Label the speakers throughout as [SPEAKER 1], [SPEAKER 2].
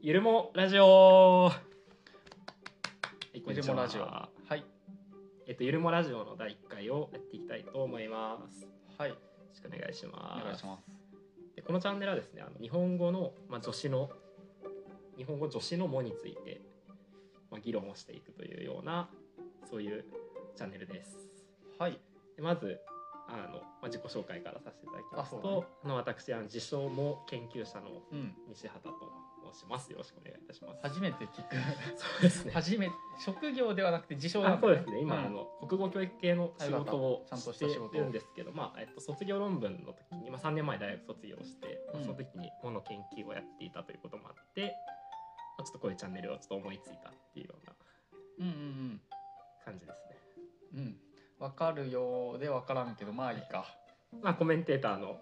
[SPEAKER 1] ゆるもラジオ
[SPEAKER 2] はいこん
[SPEAKER 1] ゆる
[SPEAKER 2] にちは
[SPEAKER 1] もラジオはいえっとゆるもラジオの第1回をやっていきたいと思いますよ
[SPEAKER 2] はい
[SPEAKER 1] ろしくお願いします
[SPEAKER 2] お願いします
[SPEAKER 1] でこのチャンネルはですねあの日本語の、まあ、助詞の日本語助詞の「も」について、まあ、議論をしていくというようなそういうチャンネルです
[SPEAKER 2] はい
[SPEAKER 1] でまずあの、まあ、自己紹介からさせていただきます
[SPEAKER 2] あ
[SPEAKER 1] と
[SPEAKER 2] そうだね
[SPEAKER 1] あの私あの自称も研究者の
[SPEAKER 2] うん
[SPEAKER 1] 西畑と申しますよろしくお願いいたします
[SPEAKER 2] 初めて聞く
[SPEAKER 1] そうですね
[SPEAKER 2] 初め職業ではなくて自称なん
[SPEAKER 1] あ
[SPEAKER 2] だ
[SPEAKER 1] そ
[SPEAKER 2] ね
[SPEAKER 1] うですね今、
[SPEAKER 2] ん
[SPEAKER 1] あの国語教育系の仕事を
[SPEAKER 2] あよかったちゃんとし
[SPEAKER 1] して
[SPEAKER 2] た仕事を
[SPEAKER 1] るんですけど、まあえっと、卒業論文の時に、まあ、3年前大学卒業して、まあ
[SPEAKER 2] うん
[SPEAKER 1] その時にもの研究をやっていたということもあって、まあ、ちょっとこういうチャンネルをちょっと思いついたっていうような
[SPEAKER 2] うんうん
[SPEAKER 1] 感じですね。
[SPEAKER 2] うんうんわかるようでわからんけどまあいいか
[SPEAKER 1] まあ、コメンテーターの、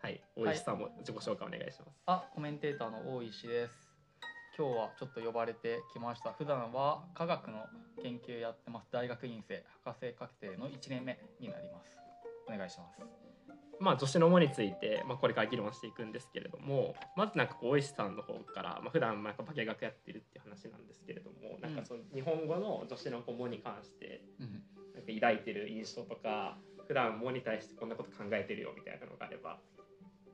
[SPEAKER 1] はい、大石さんも自己紹介お願いします。
[SPEAKER 2] あコメンテーターの大石です今日はちょっと呼ばれてきました普段は科学の研究やってます大学院生博士課程の1年目になりますお願いします
[SPEAKER 1] まあ、助手のもについて、まあ、これから議論していくんですけれどもまずなんかこう大石さんの方から、まあ普段まあやっぱ化学やってるっていう話なんですけれどもなんかその日本語の助手のもに関して
[SPEAKER 2] うん
[SPEAKER 1] なんか抱いてる印象とか普段モに対してこんなこと考えてるよみたいなのがあれば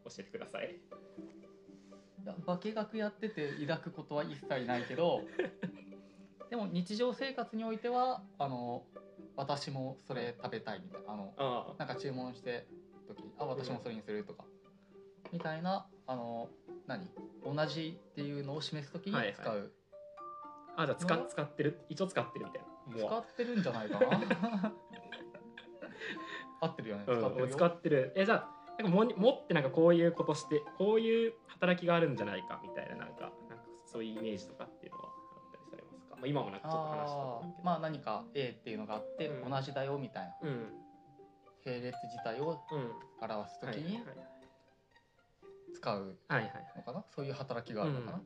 [SPEAKER 1] 教えてください
[SPEAKER 2] いや化学やってて抱くことは一切ないけ どでも日常生活においてはあの私もそれ食べたいみたいなあの
[SPEAKER 1] あ
[SPEAKER 2] なんか注文してる時にあ私もそれにするとか、みたいなあの何同じっていうのを示す時に使
[SPEAKER 1] は
[SPEAKER 2] う、
[SPEAKER 1] いはああじゃあ使
[SPEAKER 2] の
[SPEAKER 1] 使ってる一応使ってるみたいな
[SPEAKER 2] 使
[SPEAKER 1] も
[SPEAKER 2] ってるんじゃない かな合ってるよね
[SPEAKER 1] う
[SPEAKER 2] 使って
[SPEAKER 1] うん
[SPEAKER 2] る
[SPEAKER 1] 使
[SPEAKER 2] よ、
[SPEAKER 1] ってるえじゃあなんかもにもってなんかこういうことしてこういう働きがあるんじゃないかみたいななんかなんかそういうイメージとかっていうのはあったりされますか、まあ、今もなんかちょっと話したと
[SPEAKER 2] あ
[SPEAKER 1] 思うけ
[SPEAKER 2] ー
[SPEAKER 1] ど
[SPEAKER 2] まあ何か A っていうのがあって、
[SPEAKER 1] うん
[SPEAKER 2] 同じだよみたいな
[SPEAKER 1] うん
[SPEAKER 2] 並列自体を
[SPEAKER 1] うん
[SPEAKER 2] 表す
[SPEAKER 1] はい
[SPEAKER 2] 時に使う
[SPEAKER 1] はいはいはい
[SPEAKER 2] のかなそういう働きがあるのかな、
[SPEAKER 1] い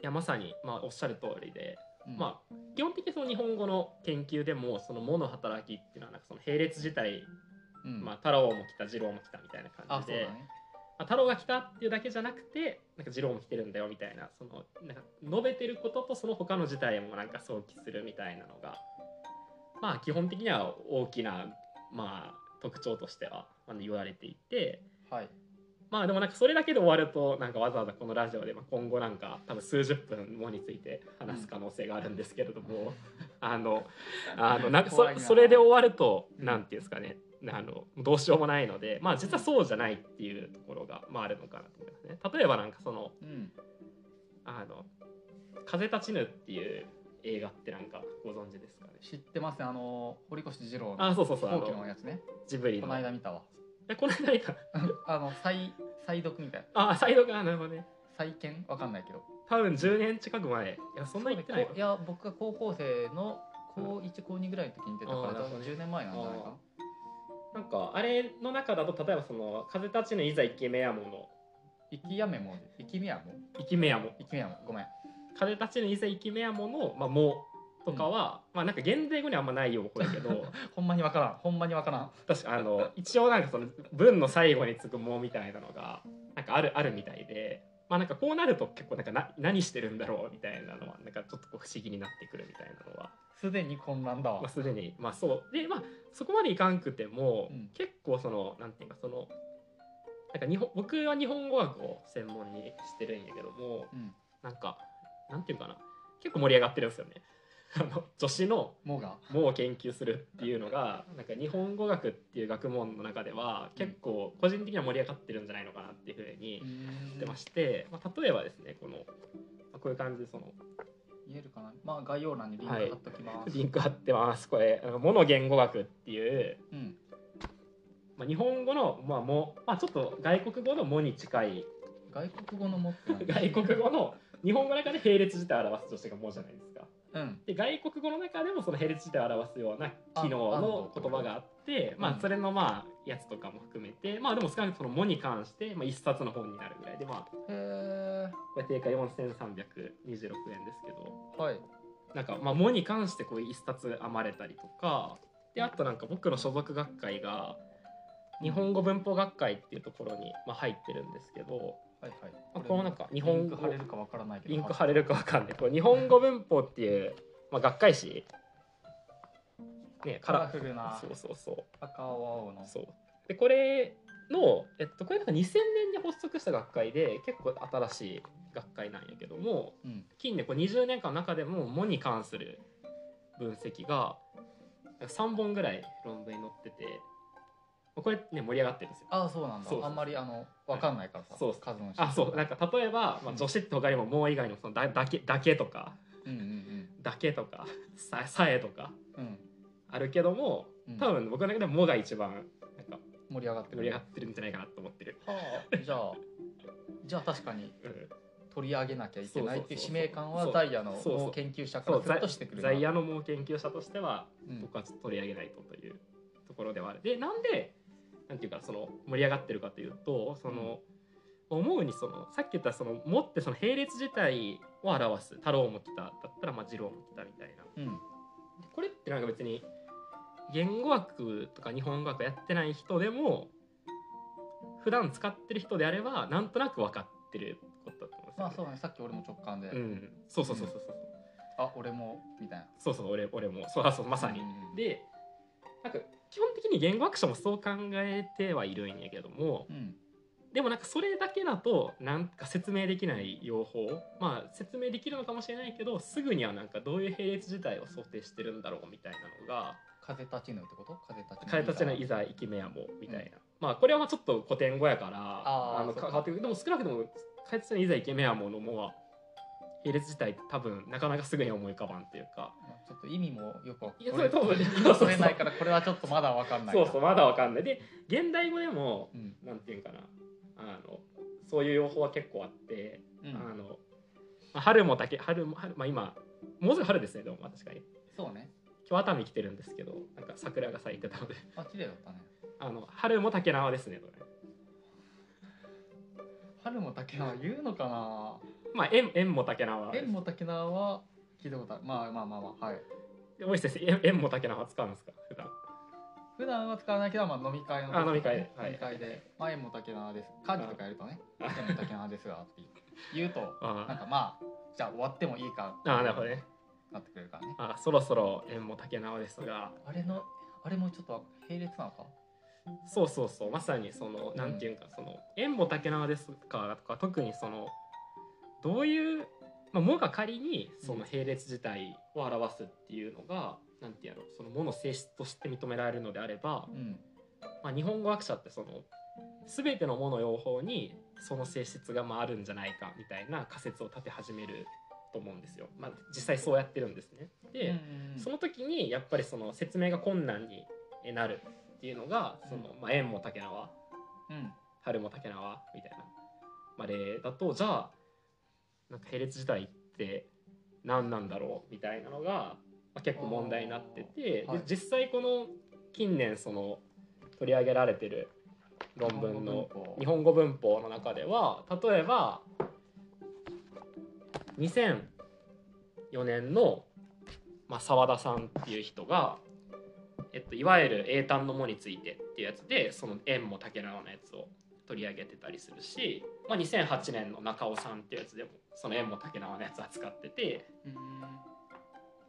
[SPEAKER 1] やまさに、まあ、おっしゃる通りで
[SPEAKER 2] うん
[SPEAKER 1] まあ、基本的にその日本語の研究でもその「も」の働きっていうのはなんかその並列自体、
[SPEAKER 2] うん
[SPEAKER 1] まあ、太郎も来た次郎も来たみたいな感
[SPEAKER 2] あ
[SPEAKER 1] じ
[SPEAKER 2] そうだ
[SPEAKER 1] で、
[SPEAKER 2] ね
[SPEAKER 1] まあ、太郎が来たっていうだけじゃなくてなんか次郎も来てるんだよみたいなそのなんか述べてることとその他の事態もなんか想起するみたいなのがまあ基本的には大きな、まあ、特徴としてはあの言われていて。
[SPEAKER 2] はい
[SPEAKER 1] まあでもなんかそれだけで終わるとなんかわざわざこのラジオで、まあ、今後なんか多分数十分もについて話す可能性があるんですけれども、あ のあのなんかそ
[SPEAKER 2] 怖いな
[SPEAKER 1] それで終わると
[SPEAKER 2] うん
[SPEAKER 1] なんていうんですかねあのどうしようもないのでまあ実はそうじゃないっていうところが、まあ、あるのかなと思いますね。例えばなんかその
[SPEAKER 2] うん
[SPEAKER 1] あの風立ちぬっていう映画ってなんかご存知ですかね
[SPEAKER 2] 知ってますねあの堀越二郎
[SPEAKER 1] あ
[SPEAKER 2] の
[SPEAKER 1] そうそうそ
[SPEAKER 2] 飛
[SPEAKER 1] うあ
[SPEAKER 2] 行機の
[SPEAKER 1] の
[SPEAKER 2] やつね
[SPEAKER 1] ジブリ
[SPEAKER 2] こ
[SPEAKER 1] の
[SPEAKER 2] の間見たわ
[SPEAKER 1] えこの間見た
[SPEAKER 2] あの再再読みたいな
[SPEAKER 1] あサイドがなるほどね
[SPEAKER 2] 再建わかんないけど
[SPEAKER 1] 多分10年近く前いやそんな言ってない
[SPEAKER 2] こういや僕が高校生の高1高2ぐらいの時に出たから
[SPEAKER 1] あー
[SPEAKER 2] だから
[SPEAKER 1] なるほどね
[SPEAKER 2] 10年前なんじゃないか
[SPEAKER 1] なんかあれの中だと例えばその「風立ちぬいざ生きめやもの
[SPEAKER 2] な生きやめも生きみやも
[SPEAKER 1] 生きめやも
[SPEAKER 2] 生きみやもごめん
[SPEAKER 1] 風立ちぬいざ生きめやもの」まあ「も」とかは、まあなんか現代語にはあんまないようこれけど
[SPEAKER 2] ほんまにわからんほんまにわからん
[SPEAKER 1] 確かあの一応なんかその文の最後につく「も」みたいなのがなんかあるあるみたいで。まあなんかこうなると結構なんかな何してるんだろうみたいなのはなんかちょっとこう不思議になってくるみたいなのは
[SPEAKER 2] すでに混乱だわ
[SPEAKER 1] まあ、すでにまあそうでまあそこまでいかんくても、
[SPEAKER 2] うん
[SPEAKER 1] 結構そのなんていうかそのなんか日本僕は日本語学を専門にしてるんやけども
[SPEAKER 2] うん
[SPEAKER 1] なんかなんていうかな結構盛り上がってるんですよね。 あの女子の
[SPEAKER 2] もが
[SPEAKER 1] もを研究するっていうのがなんか日本語学っていう学問の中では結構個人的には盛り上がってるんじゃないのかなっていうふうに言ってまして、まあ、例えばですねこの、まあこういう感じでその
[SPEAKER 2] 言えるかなまあ概要欄にリンク貼っときます、
[SPEAKER 1] リンク貼ってますこれあの「もの言語学」っていう
[SPEAKER 2] うん
[SPEAKER 1] まあ、日本語の、まあもまあ、ちょっと外国語の「も」に近い
[SPEAKER 2] 外国語のもって何
[SPEAKER 1] 外国語の日本語の中で並列自体を表す助詞が「も」じゃないですか。
[SPEAKER 2] うん
[SPEAKER 1] で外国語の中でもその並列自体を表すような機能
[SPEAKER 2] あ
[SPEAKER 1] の言葉があってま
[SPEAKER 2] うん
[SPEAKER 1] あ、それのまあやつとかも含めて、まあ、でも少なくともその「も」に関して、まあ、一冊の本になるぐらいで、まあ、
[SPEAKER 2] へ
[SPEAKER 1] これ定価4326円ですけど。
[SPEAKER 2] えはい
[SPEAKER 1] なんか、まあ、モに関してこう一冊編まれたりとかであとなんか僕の所属学会が日本語文法学会っていうところに、まあ、入ってるんですけど
[SPEAKER 2] はいはい。
[SPEAKER 1] あこのなんか日本語
[SPEAKER 2] インク貼れるかわからないけど。
[SPEAKER 1] インク貼れるかわかんないこれ日本語文法っていう、まあ、学会誌ね
[SPEAKER 2] カラフルな
[SPEAKER 1] そうそうそう
[SPEAKER 2] 赤青青の。
[SPEAKER 1] そうでこれの、えっと、これなんか2000年に発足した学会で結構新しい学会なんやけども
[SPEAKER 2] うん。
[SPEAKER 1] 近年こう20年間の中でも「も」に関する分析が3本ぐらい論文に載っててこれね盛り上がってるんですよ。
[SPEAKER 2] ああそうなんだ
[SPEAKER 1] そうそう
[SPEAKER 2] あんまりあのわかんないからさ、
[SPEAKER 1] そう
[SPEAKER 2] 数の種類
[SPEAKER 1] あそうなんか例えば、ま
[SPEAKER 2] う
[SPEAKER 1] あ、
[SPEAKER 2] ん
[SPEAKER 1] 助詞って他にも「も」以外にもそのだだけ「だけ」とか
[SPEAKER 2] うんうん
[SPEAKER 1] 「だけ」とか「ささえ」とか
[SPEAKER 2] うんうん
[SPEAKER 1] あるけども
[SPEAKER 2] うん
[SPEAKER 1] 多分僕の中でも「も」が一番なんか
[SPEAKER 2] 盛り上がってる
[SPEAKER 1] 盛り上がってるんじゃないかなと思ってる。
[SPEAKER 2] はあじゃあじゃあ確かに
[SPEAKER 1] うん
[SPEAKER 2] 取り上げなきゃいけないっていう
[SPEAKER 1] そうそうそうそう
[SPEAKER 2] 使命感は
[SPEAKER 1] そう
[SPEAKER 2] ダイヤの
[SPEAKER 1] そうそう
[SPEAKER 2] もう研究者か
[SPEAKER 1] そ
[SPEAKER 2] ら
[SPEAKER 1] う
[SPEAKER 2] するとしてくるな
[SPEAKER 1] 在在野の盲研究者としては
[SPEAKER 2] うん
[SPEAKER 1] 僕はちょっと取り上げないとというところではある。でなんでなんていうかその盛り上がってるかというとその、思うにそのさっき言ったその「も」ってその並列自体を表す「太郎も来た」だったら「まあ、二郎も来た」みたいな。
[SPEAKER 2] うん
[SPEAKER 1] でこれってなんか別に言語学とか日本語学やってない人でも普段使ってる人であればなんとなく分かってることだと思うんですよね
[SPEAKER 2] まあそうだねさっき俺も直感で、
[SPEAKER 1] うん、そうそうそうそうそう、
[SPEAKER 2] あ俺もみたいな
[SPEAKER 1] そうそう俺俺もそうあそうまさに、
[SPEAKER 2] うん
[SPEAKER 1] でなんか基本的に言語学者もそう考えてはいるんやけども
[SPEAKER 2] うん
[SPEAKER 1] でもなんかそれだけだとなんか説明できない用法まあ説明できるのかもしれないけどすぐにはなんかどういう並列自体を想定してるんだろうみたいなのが
[SPEAKER 2] 風立ちぬってこと風立ち
[SPEAKER 1] 「変えたちのいざ生き目やも」みたいな、まあこれはまあちょっと古典語やから
[SPEAKER 2] あー
[SPEAKER 1] の
[SPEAKER 2] そっか
[SPEAKER 1] か変わってくるでも少なくとも「変えたちのいざ生き目やも」の「も」は並列自体って多分なかなかすぐに思い浮かばんっていうか。
[SPEAKER 2] ちょっと意味もよくわ
[SPEAKER 1] いや
[SPEAKER 2] 俺
[SPEAKER 1] そうそう
[SPEAKER 2] 意味が取れないからこれはちょっとまだわかんない
[SPEAKER 1] そうそう
[SPEAKER 2] う、
[SPEAKER 1] まだわかんないで現代語でも
[SPEAKER 2] うん
[SPEAKER 1] なんていうんかなあのそういう用法は結構あって、
[SPEAKER 2] う
[SPEAKER 1] あ
[SPEAKER 2] ん、
[SPEAKER 1] のまあ春もだけ春も春、まあ、今もうすぐ春ですねでもまあ確かに
[SPEAKER 2] そうね
[SPEAKER 1] 今日熱海来てるんですけどなんか桜が咲いてたので
[SPEAKER 2] あ綺麗だったね
[SPEAKER 1] あの春も竹縄ですねこれ
[SPEAKER 2] 春も竹縄言うのかな
[SPEAKER 1] まあ縁縁も竹縄
[SPEAKER 2] 縁も竹縄は聞いたことあるまあまあまあまあはい
[SPEAKER 1] 大石先生縁縁も竹縄使うんですか普段
[SPEAKER 2] 普段は使わないけど、まあ、飲み会の時
[SPEAKER 1] あ飲み会ではい
[SPEAKER 2] 飲み会で「まあ、縁も竹縄です」家事とかやるとね「縁も竹縄ですが」って言うとな
[SPEAKER 1] あ
[SPEAKER 2] んかまあじゃあ終わってもいいか
[SPEAKER 1] あーなるほどね
[SPEAKER 2] なってくれるからね
[SPEAKER 1] あそろそろ縁も竹縄ですが
[SPEAKER 2] あれのあれもちょっと並列なのか
[SPEAKER 1] そうそうそうまさにそのなんていうかその「縁も竹縄ですか」とか特にそのどういう「まあ、も」が仮にその並列自体を表すっていうのが、なんていうのその「も」の性質として認められるのであれば
[SPEAKER 2] う、ん
[SPEAKER 1] まあ、日本語学者ってその全ての「も」の用法にその性質がまああるんじゃないかみたいな仮説を立て始めると思うんですよ。まあ、実際そうやってるんですね。で、
[SPEAKER 2] うんうん
[SPEAKER 1] その時にやっぱりその説明が困難になるっていうのがその、まあ、縁も竹縄
[SPEAKER 2] うん
[SPEAKER 1] 春も竹縄みたいなまでだとじゃあなんか並列時代って何なんだろうみたいなのが、まあ、結構問題になってて、
[SPEAKER 2] あーはい
[SPEAKER 1] で実際この近年その取り上げられてる論文の日本語文法の中では例えば2004年の、まあ、沢田さんっていう人が、えっと、いわゆる英単の「も」についてっていうやつでその「円も竹縄」のやつを取り上げてたりするし、まあ、2008年の中尾さんっていうやつでもその「円も竹縄」のやつ扱ってて
[SPEAKER 2] うん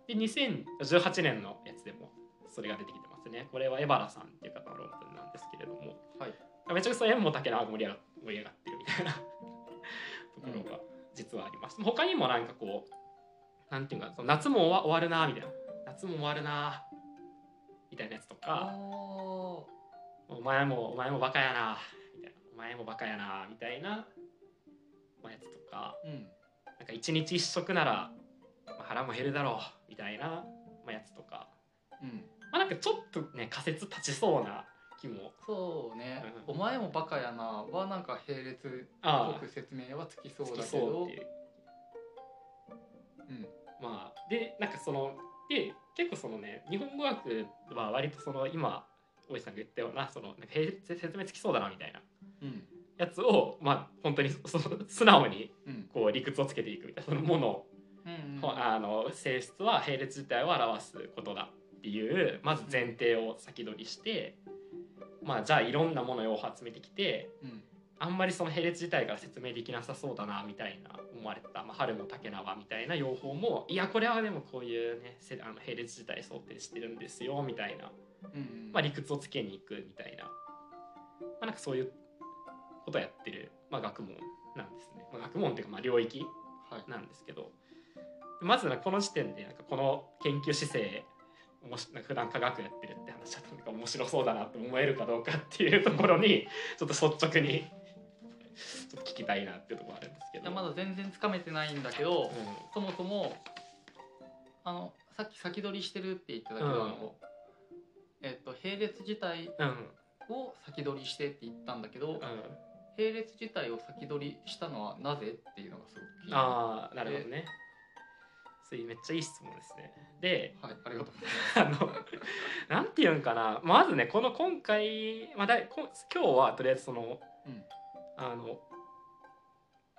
[SPEAKER 1] で2018年のやつでもそれが出てきてますねこれは江原さんっていう方の論文なんですけれども。
[SPEAKER 2] はい
[SPEAKER 1] めちゃくちゃ縁も竹縄が盛り上が盛り上がってるみたいな ところが実はあります、他にもなんかこうなんていうかその夏も終わ終わるなみたいな夏も終わるなみたいなやつと
[SPEAKER 2] あ
[SPEAKER 1] かお前もお前もバカやなみたいなお前もバカやなみたいなまあやつとか
[SPEAKER 2] ーうん
[SPEAKER 1] なんか一日一食なら、まあ、腹も減るだろうみたいな、まあ、やつとか
[SPEAKER 2] うん
[SPEAKER 1] まあなんかちょっとね仮説立ちそうな気も
[SPEAKER 2] そうね「
[SPEAKER 1] う
[SPEAKER 2] お前もバカやな」はなんか並列っ
[SPEAKER 1] あ
[SPEAKER 2] ぽく説明はつきそ
[SPEAKER 1] あ
[SPEAKER 2] う
[SPEAKER 1] つ
[SPEAKER 2] だ
[SPEAKER 1] き
[SPEAKER 2] け
[SPEAKER 1] そう
[SPEAKER 2] ど
[SPEAKER 1] っていう
[SPEAKER 2] うん
[SPEAKER 1] まあ、でなんかそので結構そのね日本語学は割とその今大石さんが言ったようなそのなんかへい説明つきそうだなみたいな
[SPEAKER 2] うん
[SPEAKER 1] やつをまあ本当にそそ素直に
[SPEAKER 2] うん
[SPEAKER 1] こう理屈をつけていくみたいなそのもの、
[SPEAKER 2] うん
[SPEAKER 1] ほあの性質は並列自体を表すことだっていうまず前提を先取りして、まあじゃあいろんなものを集めてきて
[SPEAKER 2] うん
[SPEAKER 1] あんまりその並列自体から説明できなさそうだなみたいな思われた、まあ、春も竹縄みたいな用法もいやこれはでもこういうねせあの並列自体想定してるんですよみたいな、
[SPEAKER 2] うん
[SPEAKER 1] まあ、理屈をつけに行くみたいな,、まあ、なんかそういうことをやってる、まあ、学問なんですね、まあ、学問っていうかまあ領域
[SPEAKER 2] はい
[SPEAKER 1] なんですけどまずなんかこの時点でなんかこの研究姿勢おもしなんか普段科学やってるって話だとなんか面白そうだなって思えるかどうかっていうところにちょっと率直にちょっと聞きたいなっていうところあるんですけ
[SPEAKER 2] い
[SPEAKER 1] ど。
[SPEAKER 2] やまだ全然つかめてないんだけど、そもそもあのさっき先取りしてるって言ってたけど、
[SPEAKER 1] うん
[SPEAKER 2] えっと並列自体
[SPEAKER 1] うんうん
[SPEAKER 2] を先取りしてって言ったんだけど、
[SPEAKER 1] うん、
[SPEAKER 2] 並列自体を先取りしたのはなぜっていうのがすごく気にな
[SPEAKER 1] ああなるほどね。それめっちゃいい質問ですね。で
[SPEAKER 2] る。はい、ありがとうござ い
[SPEAKER 1] あのなんていうんかなまずねこの今回、まあ、だいこ今日はとりあえずその、
[SPEAKER 2] うん
[SPEAKER 1] あの、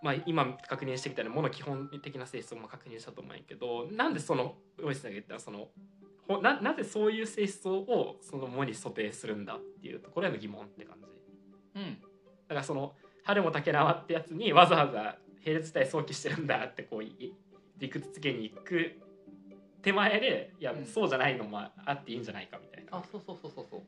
[SPEAKER 1] まあ、今確認してみたいなもの基本的な性質も確認したと思うんやけどなんでその大石さんが言ったそのほななぜそういう性質をそのもに想定するんだっていうところへの疑問って感じ。
[SPEAKER 2] ます。うん、
[SPEAKER 1] だからその春も竹縄ってやつにわざわざ並列体想起してるんだってこうい理屈つけに行く手前でいや、
[SPEAKER 2] うん
[SPEAKER 1] そうじゃないのもあっていいんじゃないかみたいな。
[SPEAKER 2] あそうそうそうそうそう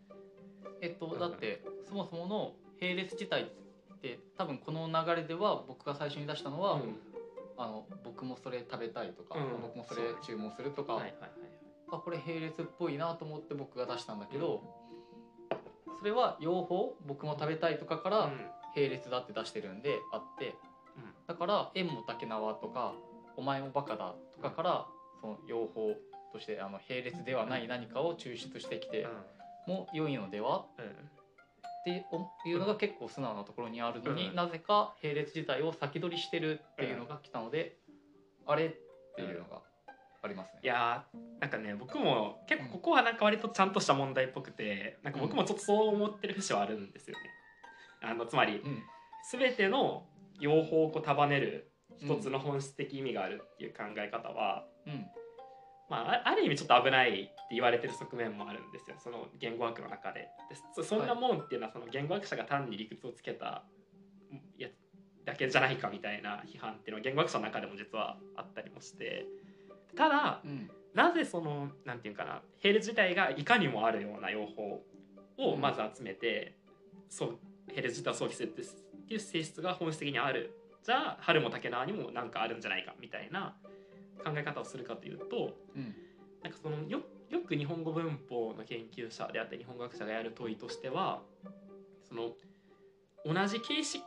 [SPEAKER 2] えっと
[SPEAKER 1] ん
[SPEAKER 2] だってそもそもの並列自体って多分この流れでは僕が最初に出したのは、
[SPEAKER 1] うん
[SPEAKER 2] あの僕もそれ食べたいとか、
[SPEAKER 1] うん
[SPEAKER 2] 僕もそれ注文するとか、
[SPEAKER 1] はいはいはい
[SPEAKER 2] あこれ並列っぽいなと思って僕が出したんだけど、それは用法僕も食べたいとかか
[SPEAKER 1] は
[SPEAKER 2] ら
[SPEAKER 1] い
[SPEAKER 2] 並列だって出してるんであって
[SPEAKER 1] うんうん
[SPEAKER 2] だから「縁も竹縄」とか「お前もバカだ」とかからその用法としてあの並列ではない何かを抽出してきても良いのでは
[SPEAKER 1] う
[SPEAKER 2] っていうのが結構素直なところにあるのに、
[SPEAKER 1] うん
[SPEAKER 2] なぜか並列自体を先取りしてるっていうのが来たので、あれっていうのがありますね。
[SPEAKER 1] んいやーなんかね僕も結構ここはなんか割とちゃんとした問題っぽくてなんか僕もちょっとそう思ってる節はあるんですよね。あのつまり
[SPEAKER 2] うん
[SPEAKER 1] 全ての用法をこう束ねる一つの本質的意味があるっていう考え方は、
[SPEAKER 2] うん
[SPEAKER 1] まあ、あある意味ちょっと危ないって言われてる側面もあるんですよその言語学の中ででそそんなもんっていうのはその言語学者が単に理屈をつけたやだけじゃないかみたいな批判っていうのは言語学者の中でも実はあったりもしてただ
[SPEAKER 2] うん
[SPEAKER 1] なぜそのなんていうかなヘル自体がいかにもあるような用法をまず集めて、そうヘル自体を想起するってっていう性質が本質的にあるじゃあ春も竹縄にもなんかあるんじゃないかみたいな考え方をするかというと
[SPEAKER 2] うん
[SPEAKER 1] なんかそのよよく日本語文法の研究者であったり日本語学者がやる問いとしてはその同じ形式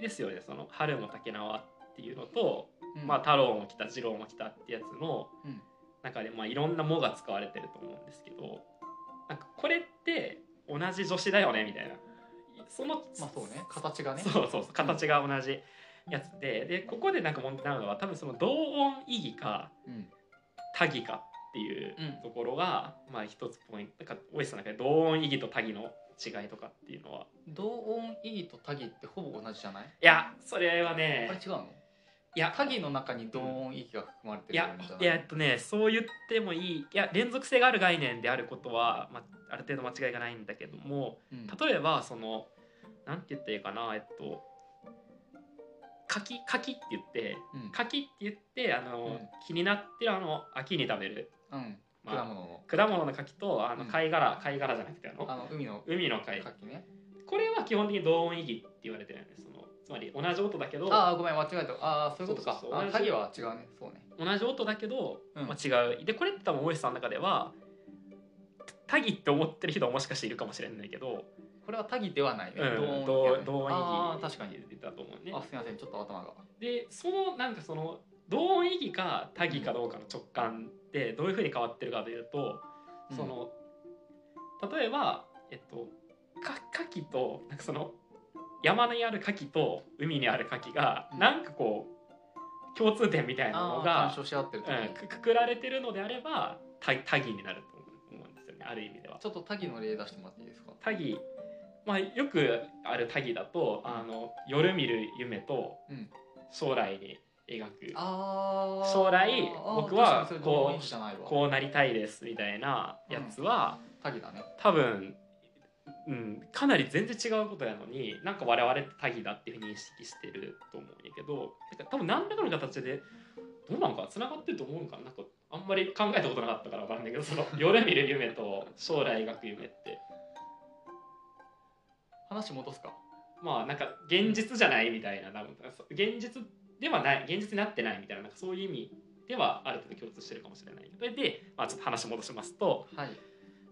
[SPEAKER 1] ですよねその「春も竹縄」っていうのと
[SPEAKER 2] うん
[SPEAKER 1] まあ、太郎も来た次郎も来たってやつの
[SPEAKER 2] うん
[SPEAKER 1] 中で、まあ、いろんな「も」が使われてると思うんですけどなんかこれって同じ助詞だよねみたいなその、
[SPEAKER 2] まあそうね形がね
[SPEAKER 1] そうそうそう形が同じやつででここでなんか問題なのは多分その同音異義か
[SPEAKER 2] うん
[SPEAKER 1] 多義かっていう
[SPEAKER 2] うん
[SPEAKER 1] ところが、まあ一つポイントなんか大石さんの中で同音異義と多義の違いとかっていうのは
[SPEAKER 2] 同音異義と多義ってほぼ同じじゃない
[SPEAKER 1] いやそれは
[SPEAKER 2] あれ
[SPEAKER 1] ね
[SPEAKER 2] 違うの
[SPEAKER 1] いや
[SPEAKER 2] 多義の中に同音異義が含まれて
[SPEAKER 1] い
[SPEAKER 2] る
[SPEAKER 1] や
[SPEAKER 2] んじゃない
[SPEAKER 1] いやえっとねそう言ってもいいいや連続性がある概念であることは、まあ、ある程度間違いがないんだけども
[SPEAKER 2] うん
[SPEAKER 1] 例えばそのなんて言ったらいいかなえっと柿柿って言って
[SPEAKER 2] うん
[SPEAKER 1] 柿って言ってあの、
[SPEAKER 2] うん
[SPEAKER 1] 気になってるあの秋に食べる、
[SPEAKER 2] うん
[SPEAKER 1] まあ
[SPEAKER 2] 果物の
[SPEAKER 1] 果物の柿とあの
[SPEAKER 2] うん
[SPEAKER 1] 貝殻、貝殻じゃなくてあの
[SPEAKER 2] あの海の
[SPEAKER 1] 海の貝
[SPEAKER 2] 柿ね
[SPEAKER 1] これは基本的に同音異義って言われてるんですそのつまり同じ音だけど
[SPEAKER 2] ああごめん間違えたああそういうことか
[SPEAKER 1] そうそうそう
[SPEAKER 2] あ多義は違うねそうね
[SPEAKER 1] 同じ音だけど、
[SPEAKER 2] うん
[SPEAKER 1] まあ、違うでこれって多分大石さんの中では多義って思ってる人はもしかしているかもしれないけど、
[SPEAKER 2] これは多義ではないね
[SPEAKER 1] うん、
[SPEAKER 2] 同
[SPEAKER 1] 同
[SPEAKER 2] 音異義だね
[SPEAKER 1] 同
[SPEAKER 2] あ
[SPEAKER 1] 音
[SPEAKER 2] あ
[SPEAKER 1] 異義
[SPEAKER 2] 確かに
[SPEAKER 1] だと思うね
[SPEAKER 2] あすいませんちょっと頭が
[SPEAKER 1] でそのなんかその同音異義か多義かどうかの直感ってどういうふうに変わってるかというと、
[SPEAKER 2] うん
[SPEAKER 1] その例えばえっとか牡蠣となんかその山にある牡蠣と海にある牡蠣が、
[SPEAKER 2] うん
[SPEAKER 1] なんかこう共通点みたいな
[SPEAKER 2] あ
[SPEAKER 1] の
[SPEAKER 2] あ
[SPEAKER 1] が
[SPEAKER 2] 干渉し合ってる時
[SPEAKER 1] うん
[SPEAKER 2] に
[SPEAKER 1] くくくられてるのであれば多多義になると思う思うんですよねある意味では
[SPEAKER 2] ちょっと多義の例出してもらっていいですか
[SPEAKER 1] 多義まあよくある多義だとあの夜見る夢と
[SPEAKER 2] うん
[SPEAKER 1] 将来に描く、
[SPEAKER 2] ああ
[SPEAKER 1] 将来僕はこう
[SPEAKER 2] じゃないわ
[SPEAKER 1] こうなりたいですみたいなやつは、
[SPEAKER 2] 多義だね
[SPEAKER 1] 多分うん、かなり全然違うことやのになんか我々って大義だっていうふうに認識してると思うんやけどなんか多分何らかの形でどうなんか繋がってると思うんかななんかあんまり考えたことなかったから分かんないけどその夜見る夢と将来描く夢って
[SPEAKER 2] 話戻すか
[SPEAKER 1] まあなんか現実じゃないみたいな多分現実ではない現実になってないみたいななんかそういう意味ではある程度共通してるかもしれないけどで、まあ、ちょっと話戻しますと
[SPEAKER 2] はい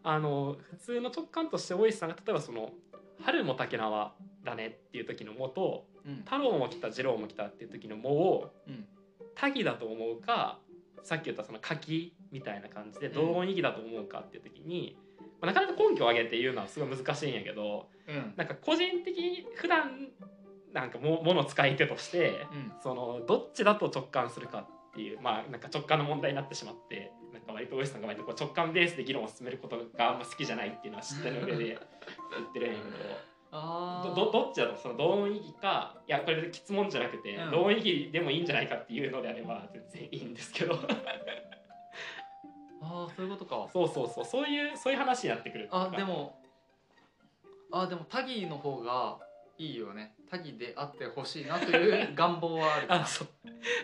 [SPEAKER 1] あの普通の直感として大石さんが例えばその「春も竹縄だね」っていう時の「も」と
[SPEAKER 2] うん
[SPEAKER 1] 「太郎も来た次郎も来た」っていう時の「も」を
[SPEAKER 2] うん
[SPEAKER 1] 多義だと思うかさっき言ったその柿みたいな感じで
[SPEAKER 2] うん
[SPEAKER 1] 同音異義だと思うかっていう時に、まあなかなか根拠を挙げて言うのはすごい難しいんやけど
[SPEAKER 2] うん
[SPEAKER 1] なんか個人的に普段なんかももの使い手として
[SPEAKER 2] うん
[SPEAKER 1] そのどっちだと直感するかっていうまあなんか直感の問題になってしまってなんか割と大石さんが割とこう直感ベースで議論を進めることがあんま好きじゃないっていうのは知って る上で言ってるんや
[SPEAKER 2] あ
[SPEAKER 1] け
[SPEAKER 2] ー
[SPEAKER 1] どどどどっちだとその同音異義かいやこれ質問じゃなくて、
[SPEAKER 2] うん
[SPEAKER 1] 同音異義でもいいんじゃないかっていうのであれば全然いいんです けど
[SPEAKER 2] あーそういうことか
[SPEAKER 1] そうそうそうそういうそういう話になってくるっていうか
[SPEAKER 2] あでもあでもタギの方がいいよねタギであってほしいなという願望はある か
[SPEAKER 1] あ
[SPEAKER 2] な
[SPEAKER 1] そう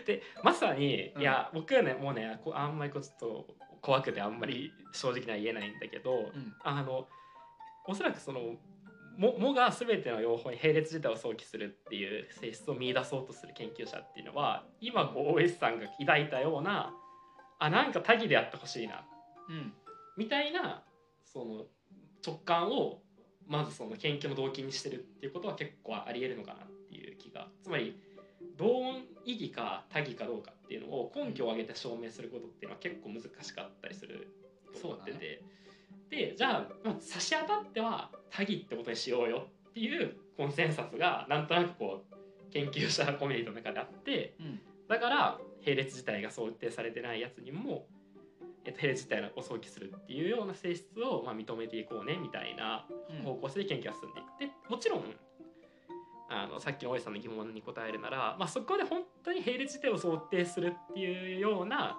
[SPEAKER 1] でまさに、
[SPEAKER 2] うん
[SPEAKER 1] いや僕はねもうねこうあんまりこうちょっと怖くてあんまり正直には言えないんだけど、
[SPEAKER 2] うん
[SPEAKER 1] あのおそらくそのももが全ての用法に並列自体を想起するっていう性質を見出そうとする研究者っていうのは今こう OS さんが抱いたようなあなんか多義であってほしいな
[SPEAKER 2] うん
[SPEAKER 1] みたいなその直感をまずその研究の動機にしてるっていうことは結構ありえるのかなっていう気がつまり同音意義か多義かどうかっていうのを根拠を挙げて証明することっていうのは結構難しかったりすると思ってて、でじゃあ、まあ、差し当たっては多義ってことにしようよっていうコンセンサスがなんとなくこう研究者コミュニティの中であって
[SPEAKER 2] うん
[SPEAKER 1] だから並列自体が想定されてないやつにも、えっと、並列自体を想起するっていうような性質を、まあ、認めていこうねみたいな
[SPEAKER 2] うん
[SPEAKER 1] 方向性で研究が進んでいくでもちろんあのさっきの大石さんの疑問に答えるなら、まあ、そこで本当に並列自体を想定するっていうような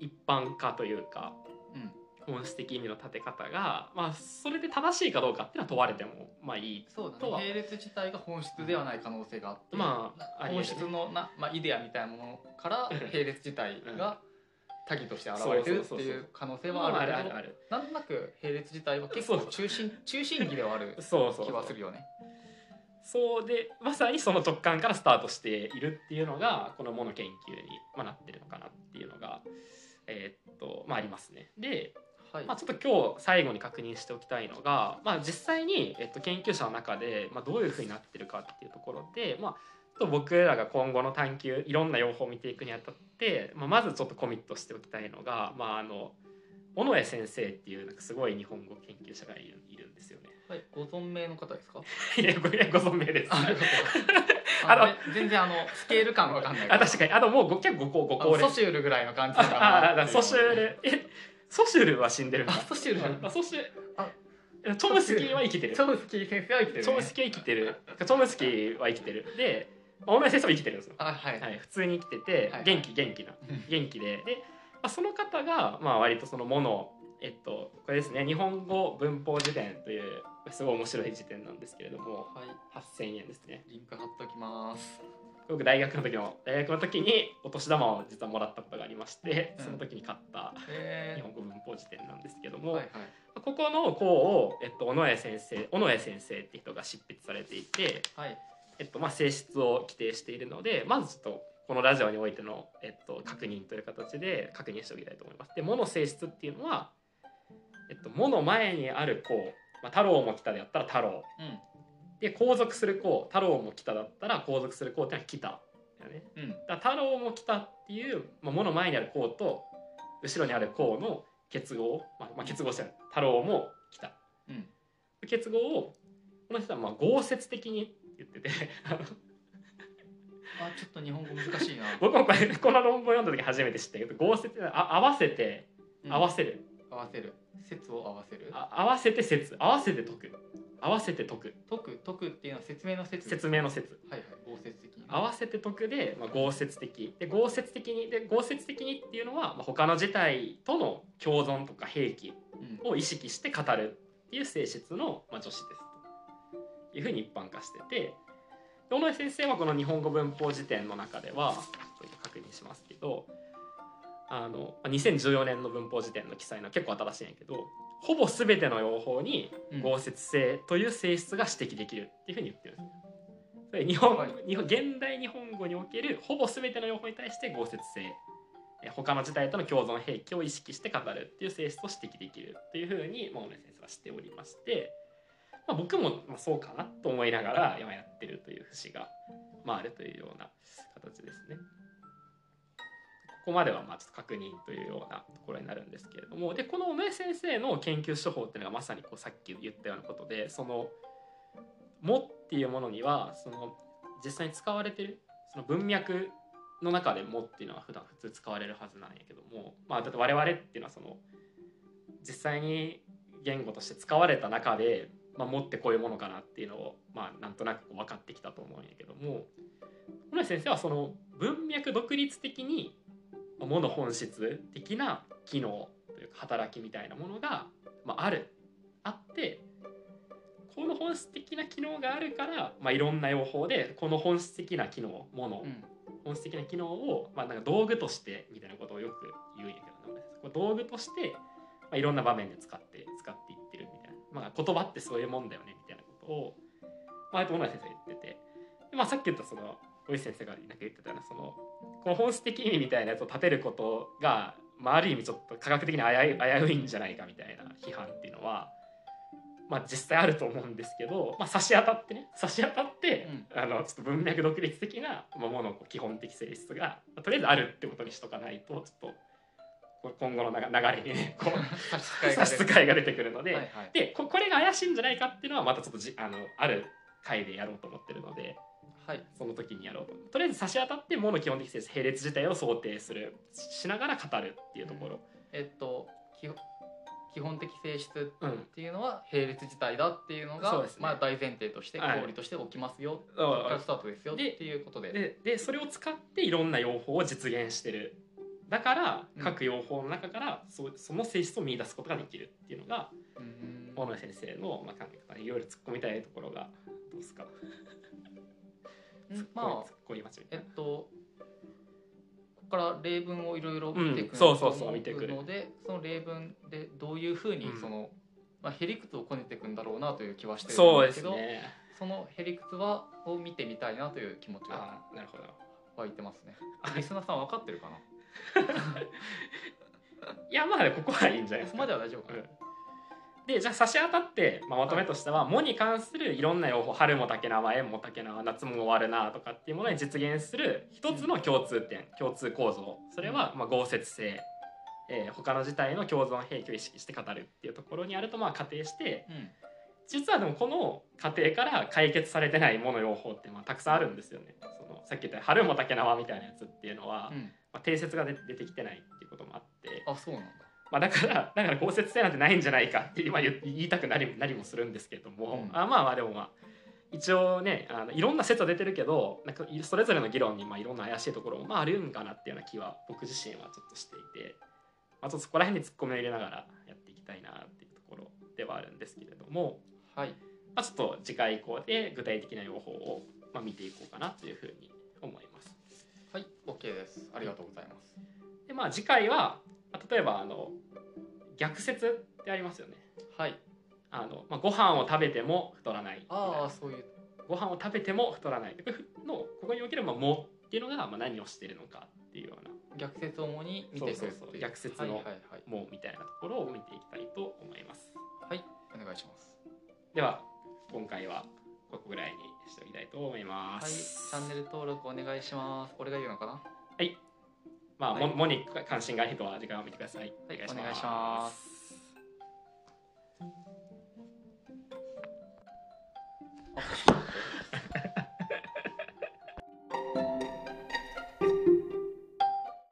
[SPEAKER 1] 一般化というか
[SPEAKER 2] うんうん
[SPEAKER 1] 本質的意味の立て方が、まあ、それで正しいかどうかっていうのは問われてもまあいい
[SPEAKER 2] そうだ
[SPEAKER 1] とは
[SPEAKER 2] ね並列自体が本質ではない可能性があって、
[SPEAKER 1] まあありえる
[SPEAKER 2] 本質のな、まあ、イデアみたいなもの から
[SPEAKER 1] うん
[SPEAKER 2] 並列自体が多義として現れてるっていう可能性
[SPEAKER 1] ま
[SPEAKER 2] は
[SPEAKER 1] あ
[SPEAKER 2] あ
[SPEAKER 1] あ
[SPEAKER 2] る
[SPEAKER 1] る
[SPEAKER 2] け
[SPEAKER 1] あ
[SPEAKER 2] ど
[SPEAKER 1] るある
[SPEAKER 2] なんとなく並列自体は結構中心中心義ではある
[SPEAKER 1] そうそう
[SPEAKER 2] 気
[SPEAKER 1] そ
[SPEAKER 2] は
[SPEAKER 1] う
[SPEAKER 2] するよね。
[SPEAKER 1] そうでまさにその直感からスタートしているっていうのがこのもの研究に、まあ、なってるのかなっていうのが、えーっとまあ、ありますね。で、
[SPEAKER 2] はい
[SPEAKER 1] まあ、ちょっと今日最後に確認しておきたいのが、まあ、実際に、えっと、研究者の中で、まあ、どういうふうになってるかっていうところで、まあ、ちょっと僕らが今後の探求いろんな用法を見ていくにあたって、まあ、まずちょっとコミットしておきたいのが、まあ、あの尾上先生っていうなんかすごい日本語研究者がいるいるんですよね。
[SPEAKER 2] はい、ご存命の方ですか
[SPEAKER 1] いやごいやご存命です。
[SPEAKER 2] あよかった
[SPEAKER 1] あの
[SPEAKER 2] あの全然あのスケール感わかんない
[SPEAKER 1] あ確か
[SPEAKER 2] に
[SPEAKER 1] にあのもうご結構ごご
[SPEAKER 2] あ
[SPEAKER 1] 高
[SPEAKER 2] の
[SPEAKER 1] 齢
[SPEAKER 2] ソシュールぐらいの感じ
[SPEAKER 1] あ
[SPEAKER 2] だ
[SPEAKER 1] あ
[SPEAKER 2] な
[SPEAKER 1] あソシュールえソシュールは死んでるんだ
[SPEAKER 2] あソシュールじゃない
[SPEAKER 1] あソシュ
[SPEAKER 2] あ
[SPEAKER 1] あチョムスキーは生きてる
[SPEAKER 2] チョムスキー先生は生きてる、ね、
[SPEAKER 1] チョムスキーは生きてるチョムスキーは生きてるで大村先生は生きてるんですよ、
[SPEAKER 2] あはい、
[SPEAKER 1] はい、普通に生きてて、
[SPEAKER 2] はい
[SPEAKER 1] 元気元気な元気でで、まあ、その方が、まあ、割とそのものえっとこれですね日本語文法辞典というすごい面白い辞典なんですけれども
[SPEAKER 2] はい
[SPEAKER 1] 8,000円ですね
[SPEAKER 2] リンク貼っときます
[SPEAKER 1] 僕大学の時の大学の時にお年玉を実はもらったことがありまして、
[SPEAKER 2] うん
[SPEAKER 1] その時に買った
[SPEAKER 2] え
[SPEAKER 1] 日
[SPEAKER 2] ー
[SPEAKER 1] 本語文法辞典なんですけども、
[SPEAKER 2] はいはい
[SPEAKER 1] ここの項を、えっと、尾上先生尾上先生って人が執筆されていて、
[SPEAKER 2] はい
[SPEAKER 1] えっとまあ、性質を規定しているのでまずちょっとこのラジオにおいての、えっと、確認という形で確認しておきたいと思います。で「も」の性質っていうのは「えっと、も」の前にある項、まあ、太郎も来たであったら太郎で後続する項太郎も来ただったら後続する項っていうのは来ただよね。
[SPEAKER 2] うんうん
[SPEAKER 1] だから太郎も来たっていう、まあ、もの前にある項と後ろにある項の結合、まあまあ、結合してる太郎も来た
[SPEAKER 2] うん
[SPEAKER 1] 結合をこの人はまあ合説的にって言ってて あの
[SPEAKER 2] あちょっと日本語難しいな、
[SPEAKER 1] 僕もこれこの論文読んだ時初めて知ったけど合説ってのはあ合わせて
[SPEAKER 2] うん
[SPEAKER 1] 合わせる、
[SPEAKER 2] 合わせる説を合わせる
[SPEAKER 1] あ合わせて説合わせて解く合わせて解く
[SPEAKER 2] 解く解くっていうのは説明の説
[SPEAKER 1] 説明の説
[SPEAKER 2] はいはい合説的に
[SPEAKER 1] 合わせて得で、まあ、合説的で合説的にで合説的にっていうのは、まあ、他の事態との共存とか併記
[SPEAKER 2] うん
[SPEAKER 1] を意識して語るっていう性質の、まあ、助詞ですというふうに一般化しててで尾上先生はこの日本語文法辞典の中ではちょっと確認しますけどあのまあ2014年の文法辞典の記載の結構新しいんやけどほぼ全ての用法に
[SPEAKER 2] うん
[SPEAKER 1] 合説性という性質が指摘できるっていうふうに言ってるんですよ。それ日本
[SPEAKER 2] はい
[SPEAKER 1] 日本現代日本語におけるほぼ全ての用法に対して合説性え他の事態との共存併記を意識して語るっていう性質を指摘できるっていうふうにまあ小野先生はしておりまして、まあ、僕もまあそうかなと思いながら今やってるという節が、まあ、あるというような形ですね。ここまではまあちょっと確認というようなところになるんですけれどもでこの小野先生の研究処方っていうのがまさにこうさっき言ったようなことでその「も」っていうものにはその実際に使われてるその文脈の中で「も」っていうのは普段普通使われるはずなんやけどもまあだって我々っていうのはその実際に言語として使われた中で「まあ、も」ってこういうものかなっていうのをまあなんとなくこう分かってきたと思うんやけども小野先生はその文脈独立的にまあもの本質的な機能というか働きみたいなものが、まあ、あるあってこの本質的な機能があるから、まあ、いろんな用法でこの本質的な機能もの、
[SPEAKER 2] うん
[SPEAKER 1] 本質的な機能を、まあ、なんか道具としてみたいなことをよく言うんやけど、ね、これ道具として、まあ、いろんな場面で使って使っていってるみたいな、まあ、言葉ってそういうもんだよねみたいなことを、まあ、あと小野田先生が言っててで、まあ、さっき言ったその小石先生がなんか言ってたようなそのこの本質的意味みたいなやつを立てることが、まあ、ある意味ちょっと科学的に危うい危ういんじゃないかみたいな批判っていうのは。まあ、実際あると思うんですけど、まあ、差し当たってね差し当たって、あのちょっと文脈独立的なまあもののこう基本的性質が、まあとりあえずあるってことにしとかないとちょっとこう今後のなが流れにねこう
[SPEAKER 2] 差し支え
[SPEAKER 1] 差
[SPEAKER 2] が
[SPEAKER 1] し
[SPEAKER 2] 出
[SPEAKER 1] 支
[SPEAKER 2] る
[SPEAKER 1] えが出てくるので,、
[SPEAKER 2] はいはい
[SPEAKER 1] でここれが怪しいんじゃないかっていうのはまたちょっとじあのある回でやろうと思ってるので
[SPEAKER 2] はい
[SPEAKER 1] その時にやろうととりあえず差し当たってもの基本的性質並列自体を想定するしながら語るっていうところ。
[SPEAKER 2] えっと基本基本的性質
[SPEAKER 1] うん
[SPEAKER 2] っていうのは並列自体だっていうのが
[SPEAKER 1] そうですね
[SPEAKER 2] まあ、大前提として
[SPEAKER 1] はい
[SPEAKER 2] 合理として起きます
[SPEAKER 1] う
[SPEAKER 2] よ、
[SPEAKER 1] ん
[SPEAKER 2] そこからスタートですよっ
[SPEAKER 1] で
[SPEAKER 2] ていうことで
[SPEAKER 1] ででそれを使っていろんな用法を実現してるだから
[SPEAKER 2] うん
[SPEAKER 1] 各用法の中からそその性質を見出すことができるっていうのが
[SPEAKER 2] うん
[SPEAKER 1] 大野先生の、まあ、考え方にいろいろ突っ込みたいところがどうですか突っ込み
[SPEAKER 2] まあ
[SPEAKER 1] 突っ込みますみた
[SPEAKER 2] え
[SPEAKER 1] いな
[SPEAKER 2] っとここから例文をいろいろ見て
[SPEAKER 1] う
[SPEAKER 2] いく
[SPEAKER 1] ん
[SPEAKER 2] る
[SPEAKER 1] そうそうそう見てくる
[SPEAKER 2] のでその例文でどういうふうに
[SPEAKER 1] うん
[SPEAKER 2] その、まあ、へりくつをこねていくんだろうなという気はして
[SPEAKER 1] そ
[SPEAKER 2] る
[SPEAKER 1] うん
[SPEAKER 2] で
[SPEAKER 1] ですす
[SPEAKER 2] けど
[SPEAKER 1] ね
[SPEAKER 2] そのへりくつはを見てみたいなという気持ちが
[SPEAKER 1] ああなるほど
[SPEAKER 2] 湧いてますね
[SPEAKER 1] あ
[SPEAKER 2] リスナーさん分かってるかない
[SPEAKER 1] やまあここはいいんじゃないで
[SPEAKER 2] こ
[SPEAKER 1] す
[SPEAKER 2] こ
[SPEAKER 1] か
[SPEAKER 2] までは大丈夫かな、
[SPEAKER 1] でじゃあ差し当たって、まあ、まとめとしては「も」に関するいろんな用法「春も竹縄」「縁も竹縄」「夏も終わるな」とかっていうものに実現する一つの共通点、共通構造それは、まあ、合説性、えー他の事態の共存併記を意識して語るっていうところにあるとまあ仮定して
[SPEAKER 2] うん
[SPEAKER 1] 実はでもこの過程から解決されてないもの用法ってまあたくさんあるんですよね。そのさっき言った「春も竹縄」みたいなやつっていうのは、
[SPEAKER 2] うん、
[SPEAKER 1] まあ、定説が出出てきてないっていうこともあって。
[SPEAKER 2] あそうなんだ
[SPEAKER 1] まあ、だから だから公設性なんてないんじゃないかって今言言いたくなりなりもするんですけれども、
[SPEAKER 2] うん
[SPEAKER 1] あまあまあでもまあ一応ねあのいろんな説は出てるけどなんかいそれぞれの議論にまあいろんな怪しいところもまああるんかなっていうような気は僕自身はちょっとしていて、まあ、ちょっとそこら辺に突っ込みを入れながらやっていきたいなっていうところではあるんですけれども、
[SPEAKER 2] はい
[SPEAKER 1] まあ、ちょっと次回以降で具体的な用法をまあ見ていこうかなというふうに思います。
[SPEAKER 2] はい OK ですありがとうございます
[SPEAKER 1] でまあ次回は、まあ、例えばあの逆説ってありますよね。
[SPEAKER 2] はい
[SPEAKER 1] あの、まあ、ご飯を食べても太らないみたいな
[SPEAKER 2] ああそういう
[SPEAKER 1] ご飯を食べても太らない これのここにおけるまあ「も」っていうのが、まあ、何をしてるのかっていうような
[SPEAKER 2] 逆説を主に見ていくってい
[SPEAKER 1] そうそうそう逆説の
[SPEAKER 2] はいはいはい
[SPEAKER 1] 「も」みたいなところを見ていきたいと思います
[SPEAKER 2] はい、お願いします。
[SPEAKER 1] では今回はここぐらいにしておきたいと思いま
[SPEAKER 2] はい、
[SPEAKER 1] す
[SPEAKER 2] チャンネル登録お願いします。俺が言うのかな。は
[SPEAKER 1] まあ、
[SPEAKER 2] はい
[SPEAKER 1] ももに関心がある人は時間を見てください、
[SPEAKER 2] い、お願いします。